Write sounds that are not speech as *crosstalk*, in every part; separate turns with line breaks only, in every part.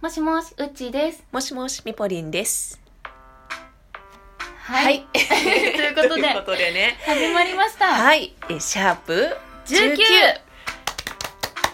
もしもし、うっちーです。
もしもし、みぽりんです。
はい *laughs* ということで
ということでね。
始まりました。
はい。えシャープ
19!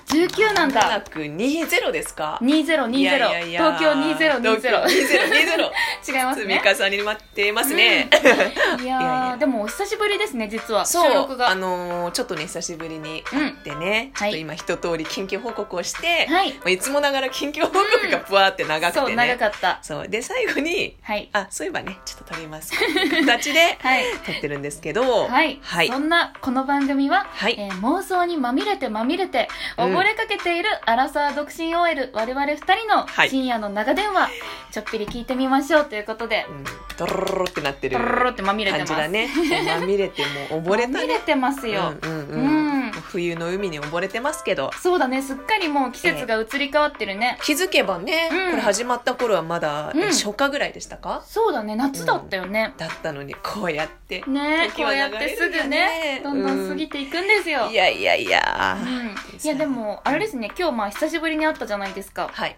19なんだ。
1920ですか
2020。
いやいやいや
東京2020。
東京2020。
*laughs* 違います
積み
ね。
重ねってますね。
いやー
いやいや
でもお久しぶりですね、実は。収
そ
録
う、あ
が。
のーちょっとね、久しぶりに
うん。
でね、ち
はい
ょっと今一通り緊急報告をして、ま
はい。
あいつもながら緊急報告がぶわーって長く
そ
て
う、長
ね。
かった。
そう、で、最後に、
はい。
あ、そういえばね、ちょっと撮り
*laughs*
ますか。形で
はい。
撮ってるんですけど、
はい、
はい
そ。んなこの番組は、
はい
えー妄想にまみれてまみれて
うん
溺れかけているアラサー独身 OL 我々二人の
はい
深夜の長電話、ちょっぴり聞いてみましょうということで
うんドロロロってなってる
とろろろってまみれてま
感
す
じだね。まみれてもう溺れた
まみ
ね。
れてます
う
よ、
んうん
う
うんん。冬の海に溺れてますけど。
そうだねすっかりもう季節が移り変わってるね、
気づけばね、
うん
これ始まった頃はまだ
うん
初夏ぐらいでしたか、
そうだね夏だったよね、
だったのにこうやって。
ね
時
こ
は
う
流
や
れ
っ
るよ
てすぐね
ね
どんどん過ぎていくんですよ、
いやいやいや。
うん、いやでもあれですね今日まあ久しぶりに会ったじゃないですか
はい。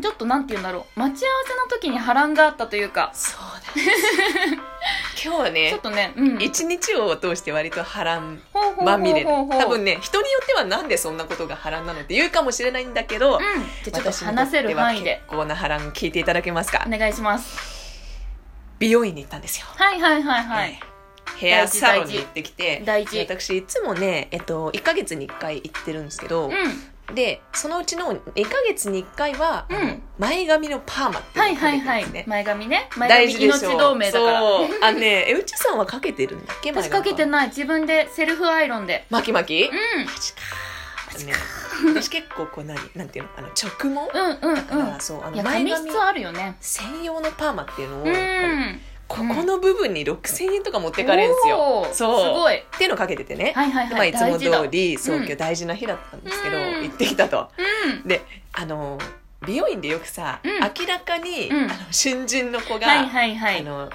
ちょっとなんて言うんだろう待ち合わせの時に波乱があったというか
そうな
*laughs*
んです。今日は
ちょ
ね
っ、とね、うん、
一日を通して割と波乱
ほうほうほうほう
まみれ
ほう
多分ね、人によってはなんでそんなことが波乱なのって言うかもしれないんだけ
う
ど、
ん、じゃあちょっと話せる範囲で
私にとっては結構な波乱聞いていただけますか
お願いします
美容院に行ったんですよ
はいはいはいはい、
ねヘアサロンに行ってきて
大事大事
私いつもね、えっと、1ヶ月に1回行ってるんですけど、でそのうちの2ヶ月に1回は、
うん
あの前髪のパーマって
うんはいいう
のをか
はいはい
けてるんですね、
前髪ね前
大
髪
事でし
命
ょ
同盟だから
そうあのねえうちさんはかけてるんだっけ
私かけて
い
ない自分でセルフアイロンで
巻き巻き、
う
ね私結構こう何なんていうのあの直毛、
んうんうん
だか
うん
らそうあ
い
の
や
前
髪
髪
質あるよね
専用のパーマっていうのを
う
やっぱり
ん
ここの部分に6000円とか持ってかれるんですよ。
おーす
そう
ごい
っていうのをかけててね、
はいはい
まあ、
はい
いつも
大事だう
通
ん
りそう今日大事な日だったんですけど、
うん
行ってきたと。であの美容院でよくさ、
うん
明らかに、
うん
あの新人の子が、
はいはいは
あ
い
の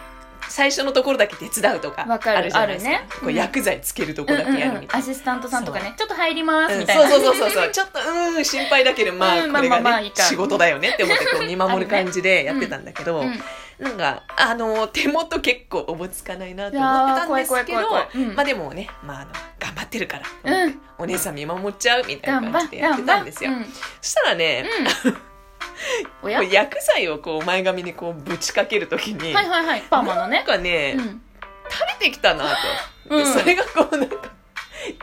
最初のところだけ手伝うとか
わかる
あるじゃないですか
あるね
こう
うん
薬剤つけるとこ
うん
だけ
う
や
ん
る
うん
みた
ア
いな。
シスタントさんとかねちょっと入ります
う
み
ん
たいな
そうそうそうそうちょっとうーん心配だけどまあ
うん
これが
まあ
ね、
まあまあいいか
仕事だよねって思ってこう見守る感じでやってたんだけど、
うん
なんか、あの、手元結構おぼつかないなと思って
や
た
ー
ん
怖
で
い怖い
すけ
怖
ど
い怖い、うん
まあでもね、まああの、頑張ってるから、
うん
お姉さん見守っちゃうみたい
頑張
な感
っ
じでやってたんですよ。
頑張っ
そしたらね、
うんうんおや
こう薬剤をこう前髪にこうぶちかけるときに、
はいはいはいパーマの
なん
ね
かね、
うん
垂れてきたなと。で
うん
それがこうなんか、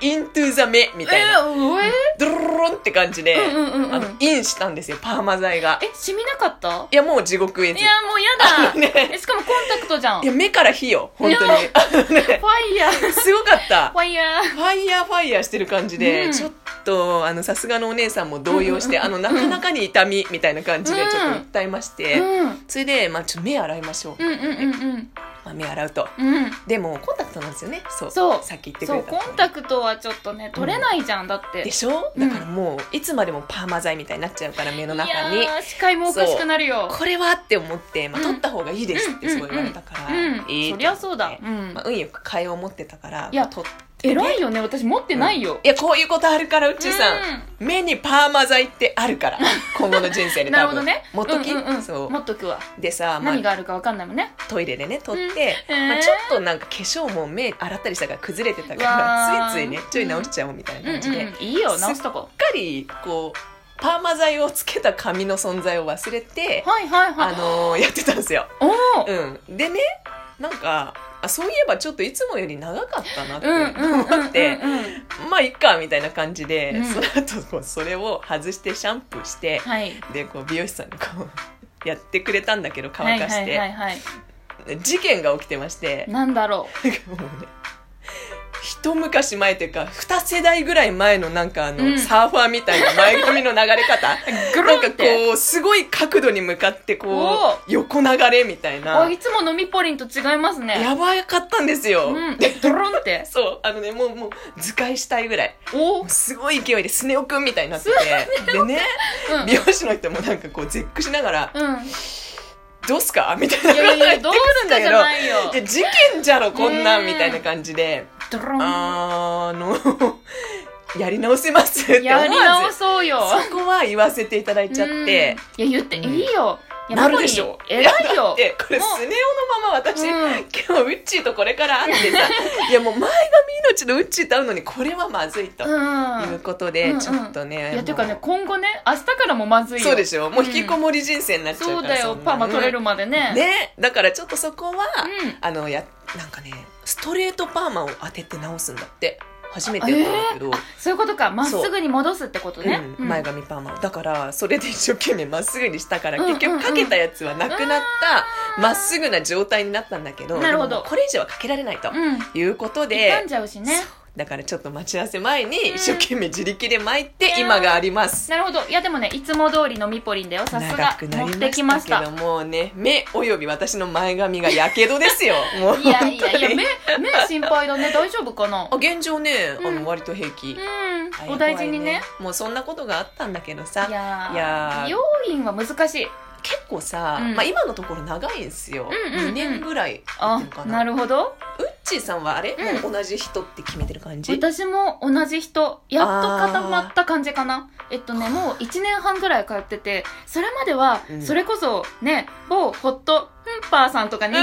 イントゥザ目みたい
え
な、
ーおえ
ドロロロンって感じで、
うんうんうんう
あ
ん
の、インしたんですよ、パーマ剤が。
え染みなかった
いや、もう地獄絵
い
図。
やもうや
あ
だ、
の *laughs* ね
えしかもコンタクトじゃん
いや、目から火よ、本当に
いや。
あのね
ファイヤーフ
すごかった。
ァイヤー
ファイヤーファイヤーしてる感じで、
うん
ちょっとあのさすがのお姉さんも動揺して、
うん
あのなかなかに痛みみたいな感じで
うん
ちょっと訴えまして、
うん
それで、まあ、ちょっと目洗いましょう、
うんうんうん
まあ、目洗うと
うんうん
でもコンタクトなんですよねそう
そう
さっき言ってく
そ
れ
う
た
コンタクトはちょっとね取れないじゃん、だって
でしょだからもう、いつまでもパーマ剤みたいになっちゃうから目の中
い
に
やー視界もおかしくなるよ
これはって思って、まあ、
うん
取った方がいいですってすごい言われたか
うん
ら、いいと思って
そりゃそうだ、うん
まあ、運よく替えを持ってたから
いや
取っ
偉いよね私持ってないよ、
いやこういうことあるからうちさん、目にパーマ剤ってある
*laughs*
から今後の人生
う
で
んなる
多
ほど
分
ね
持っとき、
うんうんうん
そ
持っとくわ
うでさ、ま
何
あ、
があるかわかんないもんね
トイレでね取って、
うんえー
まあ、ちょっとなんか化粧も目洗ったりしたから崩れてたか
うわ
ら
ー
ついついねちょい直しちゃおうみたい
うんう
な
ん、う
感じで、しっ
ん、いいよ直すとこ
かりこうパーマ剤をつけた髪の存在を忘れて、
はいはいは
あ
い
のーやってたんですよ、
おお
うん、でねなんかあそういえばちょっといつもより長かったなっ
うんうんうんうん
て思って、
うんうん
まあいっかみたいな感じで、
うん
その後こうそれを外してシャンプーして、
はい
でこう美容師さんにこうやってくれたんだけど乾かして、
はいはいはい、はい
事件が起きてまして、
なんだろ
なんかもうね一昔前というか二世代ぐらい前のなんかあの、
うん
サーファーみたいな前髪の流れ方
うグ
な
ル
ん
ン
か
って
こうすごい角度に向かってこう横流れみたいな
あいつものみぽりんと違いますね
やばかったんですよ、
うんドロンって
そうあのねもうもう図解したいぐらい
お
も
お
うすごい勢いでスネ夫くんみたいになっててでね
うん
美容師の人もなんかこう絶句しながら
うん
「どうすか?」み *laughs* たいない
やいやいやどうすかじゃないよ
いや事件じゃろこんなん
ねえ
みたいな感じで
ドロン
あの *laughs* やり直せますって思わ
や
ず
り直そうよ
そこは言わせていただいちゃって、
うんいや言って、
うん
いいよいや
なるでしょ
ママに偉い
だ
よ
ってこれ
も
ス
う
ネ夫のまま私、
うん
今日ウッチーとこれから会ってさいやもう前髪命のウッチーと会うのにこれはまずいといううんことで、
うんうん
ちょっとね
いやていうか
も
ね今後ね明日からもまず
う
いよ
そうでしょもう引きこもり人生になっちゃうから、
そうだよ
んな
パーマ
ね
取れるまでね
ねだからちょっとそこは、
うん
あのやなんかねストレートパーマを当てて直すんだって初めてやったんだけど、
そういうことかまっすぐに戻すってことね、
うん前髪パーマをだからそれで一生懸命まっすぐにしたから
うん
結局かけたやつはなくなったまっすぐな状態になったんだけど
なるほど
でもこれ以上はかけられないと
うん
いうこと
傷
で
ん、じゃうしね
だからちょっと待ち合わせ前に
うん
一生懸命自力で巻い
い
て
やー
今があります
なるほどいやでもねいつも通りのみぽりんだよさす
長
が
くな
持
り
って
ま
き
した
まし
けど
た
もうね目および私の前髪がやけどですよもう
いやいやいや
本当に
目目心配だね大丈夫かな
あ現状ね、あ
うん
の割と平気、
うんお大事にね
もうそんなことがあったんだけど
い
さ
やー
いやー
美容院は難しい
結構さ、
うん
まあ、今のところ長いんですよ、
うん
二
うんうん
2年ぐらいやっ
あ
てるかな
なるほど
ウッチーさんはあれ、
うん
もう同じ人って決めてる感じ
私も同じ人やっと固まった感じかなえっとねもう1年半ぐらい通っててそれまでは、
うん
それこそね某ホットフンパーさんとか
う
に、
ん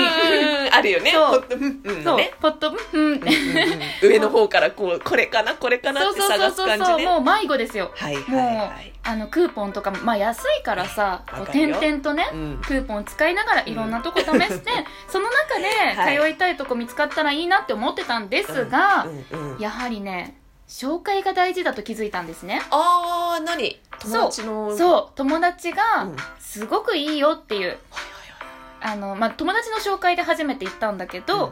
あるよね
そう
ほんとうんうん
そう
ね
ホットフンって、
うんうんうん上の方からこうこれかなこれかな
そ
っ
う
て
そうそ
探
う
す
そう
感
そう
じね
もう迷子ですよ
はいはいはい
あのクーポンとかもまあ安いからさこ
わ
う
かる
点
よ
々とね
うん
クーポン使いながらいろんなとこ試して、
*laughs*
その中
はい
で通いたいとこ見つかったらいいなって思ってたんですが、
うんうん
やはりね紹介が大事だと気づいたんですね
ああ何友達のう
そう友達
ん
が
はい
すごくいいよっていう
は
あの、まあ、友達の紹介で初めて行ったんだけ
いは
ど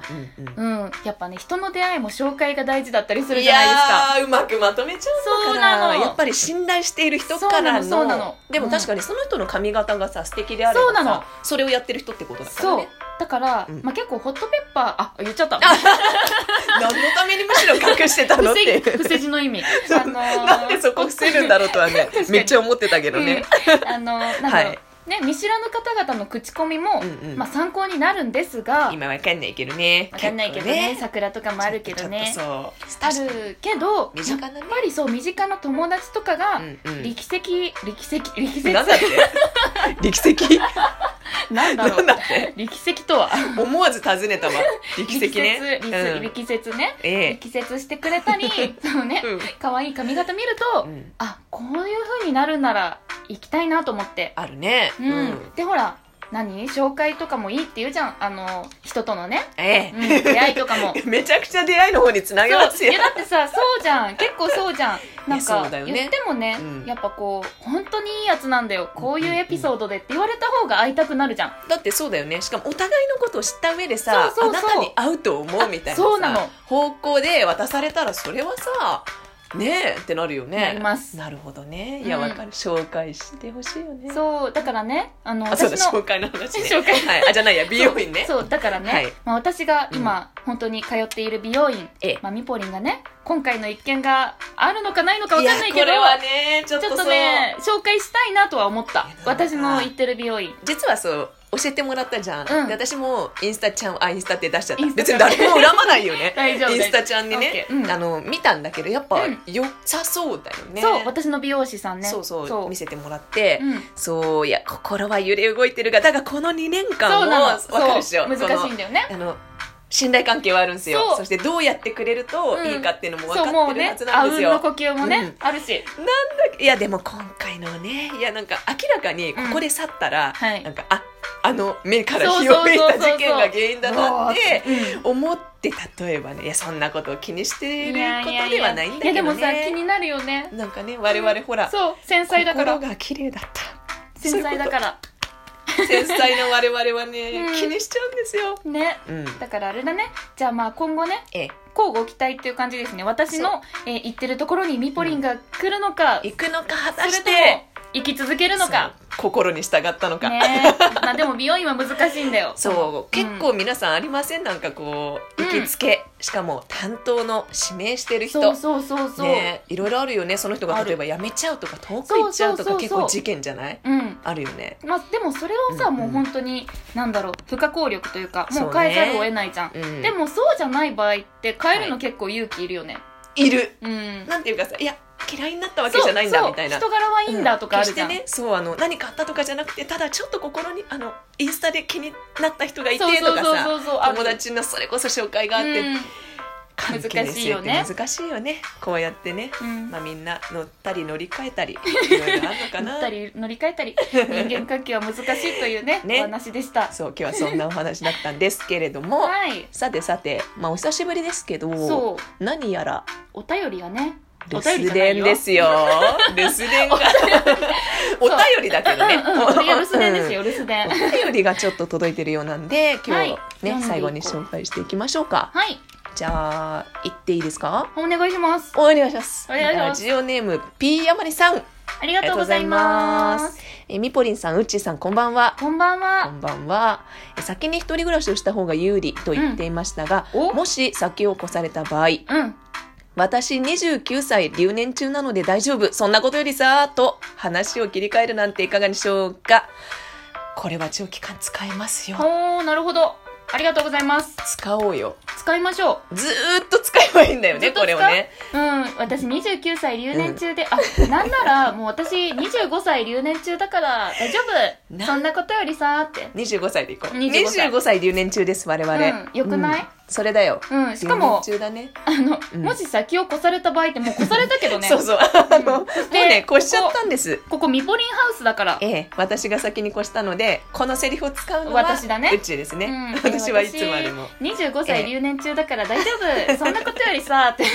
い、うんうんうん
うん、やっぱね人の出会いも紹介が大事だったりする
い
じゃないですか
やーうまくまとめちゃうのか
そう
な
なの
やっぱり信頼している人か
そうなの
らの
そうなの
でも確かにその人の髪型がさ素敵であれば
そうな
さ
の
それをやってる人ってことだから
そう
ね
だから、
うん
まあ、結構ホットペッパーあ言っちゃった
何のためにむしろ隠してたのっ
伏せ
て
伏せ字の意味
*laughs* そう
ー
なんでそこ伏せるんだろうとはね
かに
めっちゃ思ってたけどね、
うんあの
*laughs*
なんだろう、
はい
ね見知らぬ方々の口コミも、
うんうん
まあ、参考になるんですが
今わかんないけどね
わかんないけどね
結構
桜とかもあるけどね
ちょっとそう
あるけど
身
やっ
近なね
ぱりそう身近な友達とかが、
うんうん
力石力石力石
なんだって
*laughs*
力石
なんだ
な
ろ
ん
う
だって
力石とは
思わず尋ねたわ力石
*laughs*
ね
力
う
説
ん
力説ね
ええ
力説してくれた
*laughs*
りそのね
うん
可愛い髪型見ると、
うん
あこういう風になるなら行きたいなと思って
あるね
うん、でほら何紹介とかもいいって言うじゃんあの人とのね、
ええ
うん、出会いとかも
*laughs* めちゃくちゃ出会いの方につなげます
そう
よ
いやだってさそうじゃん結構そうじゃんなん
いやそ
か
うだよね
言ってもね
うん
やっぱこう本当にいいやつなんだよこういうエピソードでって言われた方が会いたくなるじゃん、
だってそうだよねしかもお互いのことを知った上でさ
そうそうそう
あなたに会うと思うみたいなさ
そうなの
方向で渡されたらそれはさねえってなるよね
なります
なるほどねいや
うん
わかる、紹介してほしいよねう
そうだからねあの
あそう
私
だ
の
紹介の話
*laughs*
ね
紹介
はい、あじゃないや美容院ね
そうそうだからね、
はい
まあ、私が今、本当に通っている美容院、
ええ
まあ、みぽりんがね今回の一件があるのかないのかわ
いや
かんない
こ
けど
れはねちょっ
ち
と
ょ
そ
っ
う
とね紹介したいなとは思った
いやなんか
私の行ってる美容院
実はそう教えてもらったじゃん、
うん
で私もインスタちゃんあインスタって出しちゃった
インスタ
別
ちゃ
に
ん
誰も恨まないよね
大丈夫
インスタちゃんにね、
大丈夫 OK うん
あの見たんだけどやっぱ
うん
良さそうだよね、
そう私の美容師さんね
そうそう
そう
見せてもらって、
うん
そういや心は揺れ動いてるがだがこの2年間
そ
も
うなの
わかるでしょ
そう難しいんだよね
このあの信頼関係はあるんですよ
そう
そしてどうやってくれると
うん
いいかっていうのも分
そうも
かっ
う
てるは
ね
ずな
あ
んで
う
す
ん
よ、
の呼吸もね、あるし
いやでも今回のねいやなんか明らかにここで去ったら、
はい
なんかああの目から
そう
火を
そうそう
吹い
そう
た事件が原因だなって
うわーうん
思って例えばねいやそんなことを気にしていることではないんだ
いや
け
でも
ど
さ気
ね
になるよね
なんかね我々ほら
そう繊細だから
心が綺麗だった
繊細だから
繊細な我々はね、
うん
気にしちゃうんですよ。
ね
うん、
だからあれだねじゃあまあ今後ね
ええ
交互期待っていう感じですね私
そ
の、えー行ってるところにミポリンが来るのか、
行くのか果た
それ
し
と
て
も行き続けるのか
そう心に従ったのか、
ね
*laughs*
えまあでも美容院は難しいんだよ
そう結
う
構皆さんありませんなんかこう
うん
行きつけ、しかも担当の指名してる人
そうそうそうそう、
ねいろいろあるよねその人が
ある
例えば辞めちゃうとか遠く行っちゃう
そうそ
とか
うそうそう
結構事件じゃない
うん
あるよね
まあ、でもそれをさ、
うんうん
もう本当になんだろう不可抗力というかも
そううね
変えざるを得ないじゃん、
うん
でもそうじゃない場合って変えるの結構勇気いるよね、
いる。
うん
なんていうかさ、いや、嫌いになったわけじゃないんだみたいな。
そうそう人柄はいいんだとかあるじゃん、
うん決してねそうあの何かあったとかじゃなくてただちょっと心にあのインスタで気になった人がいてと
そうそう
か
そう
さ
そうそう
友達のそれこそ紹介があって、関係
難しいよね
性って難しいよねこうやってね、
うんうん
まあ、みんな乗ったり乗り換えたりいろいろあるのか
乗
な
ったり乗り換えた
*laughs*
り人間関係は難しいというね
ね
お話でした
そう今日はそんなお話だったんですけれども、
はい
さてさて、まあ、お久しぶりですけど
そう
何やら
お便りがね
留
お
守
便りじゃない
電
よ
ですよ留守
*laughs*
電がお便りだけどね、
うんうんこれが留守電ですよ留守電
お便りがちょっと届いてるようなんで今
はい
日ね、
読んでいこう
最後に紹介していきましょうか
はい
じゃあ行っていいですか
お願いします
お願いします
お願いします
ラジオネーム P あまりさんあ
ありがとうございます
えみぽりんさんうっちーさんこんばんは
こんばん
こ
は
んばんはえ先に一人暮らしをした方が有利と言っていましたが、
お
もし先を越された場合
うん
私29歳留年中なので大丈夫そんなことよりさーと話を切り替えるなんていかがでしょうかこれは長期間使えますよ
おーなるほどありがとうございます
使おうよ
使いましょう
ずーっと使えばいいんだよ
ず
ね
っと
これをね
うん、私29歳留年中で、あ、なんならもう私25歳留年中だから大丈夫
な
そんなことよりさーって。
25歳でいこう
25
25
歳
歳留年中です我々、
うんよくない
うんそれだよ
うん、しかも、
留年中だね
あの、
うん
もし先を越された場合ってもう越されたけどね。
*laughs* そうそうあの、
うん
も
そうして
ね越しちゃったんです
ここミポリンハウスだから。
ええ私が先に越したのでこのセリフを使うのは
私だね
うちですね、
うん
私はいつまでも
私25歳留年中だから大丈夫、そんなことよりさーって。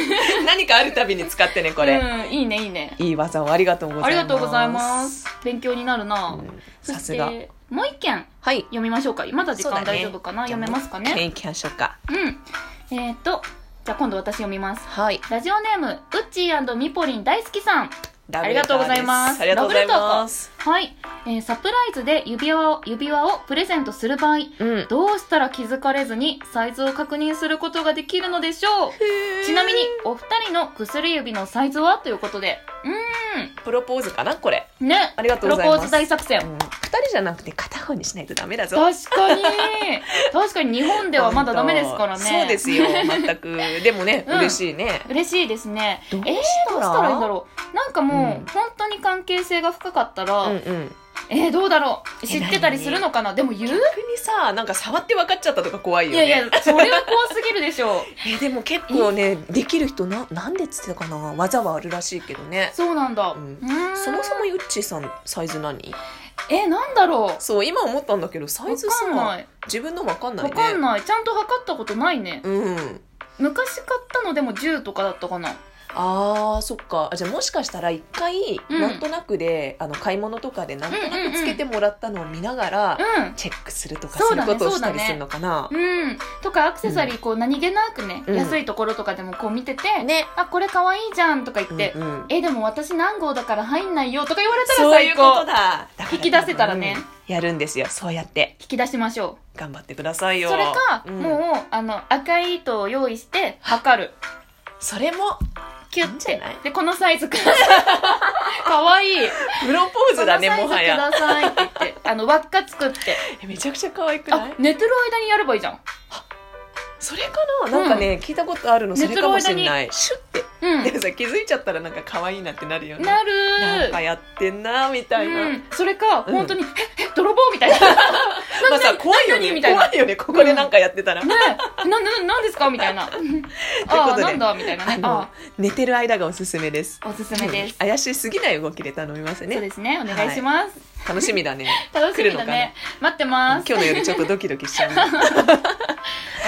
何かあるたびに使って *laughs* ねこれ、
うん、いいねいいね。
いい技をありがとうございま
あ
す
りがとうございます。勉強になるな、
うん
そ
さ
し
すが
て、もう一件
はい
読みましょうか。まだ時
そうだ
間
ね
大丈夫かな、読めますかね。
いきましょうか
うん。えっ、ー、と、じゃあ今度私読みます。
はい
ラジオネーム、ウッチーミポリン大好きさん。
ダブ
あり
ル
がとうございます
ですありがとうございます
はい、えーサプライズで指輪を、指輪をプレゼントする場合、
うん
どうしたら気づかれずにサイズを確認することができるのでしょうちなみに、お二人の薬指のサイズはということで。
プロポーズかなこれ
うん。ね。
ありが
プ
とうご
ロ
ざ
ポ
いま
ー
す
ズ大作
う
戦。
ん二人じゃなくて片方にしないとダメだぞ
確かに。確かに日本ではまだダメですからね。
そうですよ全くでもね、
うん
嬉しいね
嬉しいですね。
どうした
えー、どうしたらいいんだろう。なんかもう、
うん
本当に関係性が深かったら、
うんうん
えー、どうだろう。
え
知ってたりするのかなでも言う
逆にさなんか触って分かっちゃったとか怖いよ
い
ね
やいや、それは怖すぎるでし
*laughs*
ょう。
えでも結構ねできる人ななんでっつってたかな技はあるらしいけどね
そうなんだ。
うん
うーん
そもそもゆっちーさんサイズ何
え、なんだろう。
そう今思ったんだけどサイ
わ
ズ
かん
さ
ない。
自分の分かんない
わ
ね
かんない。ちゃんと測ったことないね。
うん
昔買ったのでも10とかだったかな。
あーそっかあじゃあもしかしたら一回、
うん
なんとなくであの買い物とかでなんとなくつけてもらったのを見ながら、
うん。
チェックするとか
そ
そうう
だ
い
ね
うことをしたりするのかな、
うん。とか、アクセサリー、こう、何気なくね、
うん
安いところとかでもこう見てて、
ね
あ、これ可愛いじゃんとか言って、
うんうん
え、でも私何号だから入んないよとか言われたら
そうい
最
うこと
高。
だだから
引き出せたらね
うんやるんですよそうやって
引き出しましょ。
頑張ってくださいうよ
それか、
うん
もう、あの、赤い糸を用意して、測る。
それも
キュッ
いいんじ
て
ゃない。
で、このサイズください。 *laughs* 可愛いい。
プロポーズだねもはや
このサイズくださいって言って、あの、輪っか作って。
えめちゃくちゃ可愛くな
あ
い、
寝てる間にやればいいじゃん。
それかななんかね、聞いたことあるのそれかもしれないシュッて
うん。
でもさ気づいちゃったらなんか可愛いなってなるよね
なる
なんかやってんなみたいな、
うん。それか、
うん
本当に、え、え、泥棒みたいな。ね、
まあさ怖いよ
何
ね
みたいな
怖いよねここでなんかやってたら、
な、な、なんですかみた
*laughs*
いな。ああ、なんだみたいな
あ
ね。
の
あ
寝てる間がおすすめです
あ、おすすめです。
怪しすぎない動きで頼みます
そう
ね
ですね。お願いします。
楽しみだね
楽しみ
来る
だ
のか
ね
な。
待って
今
ます
日。の夜ちょっとドキドキしちゃうな
あ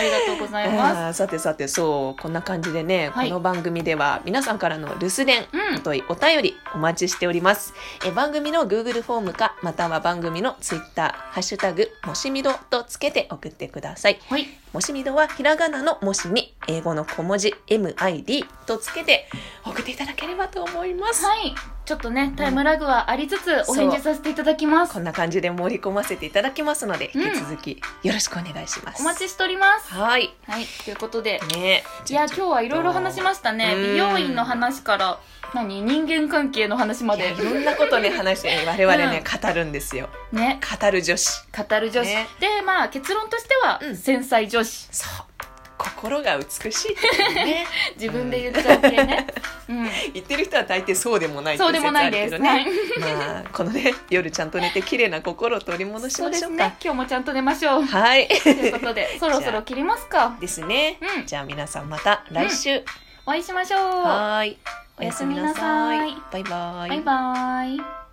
りがとうございま
あーさてさてそうこんな感じでね、
はい
この番組では皆さんからの留守電
す。うん。
お問いお便りお待ちしておりますえ番組の Google フォームかまたは番組の Twitter「ハッシュタグもしみど」とつけて送ってください
はい。
もしみどはひらがなのもしに英語の小文字 MID とつけて送っていただければと思います、
はい。ちょっとね、タイムラグはありつつ、お返事させていただきます
こ。んな感じで盛り込ませていただきますので
うん
引き続きよろしくお願いします、
お待ちしております。
はい
はい。ということで、
ね
いや、今日はいろいろ話しましたね。
うん
美容院の話から、何人間関係の話ま
いや
で
い。ろんなことね話して我々ね、語るんですよ
ね。
語る女子
語る女子。
ね
で、まあ、結論としては、
うん
繊細女子。
そう心が美しいっ
*laughs*
てね
自分で言っちゃって
*laughs*
ね、うん、
言ってる人は大抵そうでもないって
そう
説
でもな
あ
い
るけ
です、
ど
は
ね
い
まあこのね夜ちゃんと寝て綺麗な心を取り戻し
そう
ま
で
し
す
ょう
ね
か
今日もちゃんと寝ましょう
*laughs* はい
ということでそろそろ切りますか
ですね
うん
じゃあ皆さんまた来週、
お会いしましょう
はーいお
お
や
や
す
す
み
み
な
な
さ
さ
い
い
バイバイ
バイバイ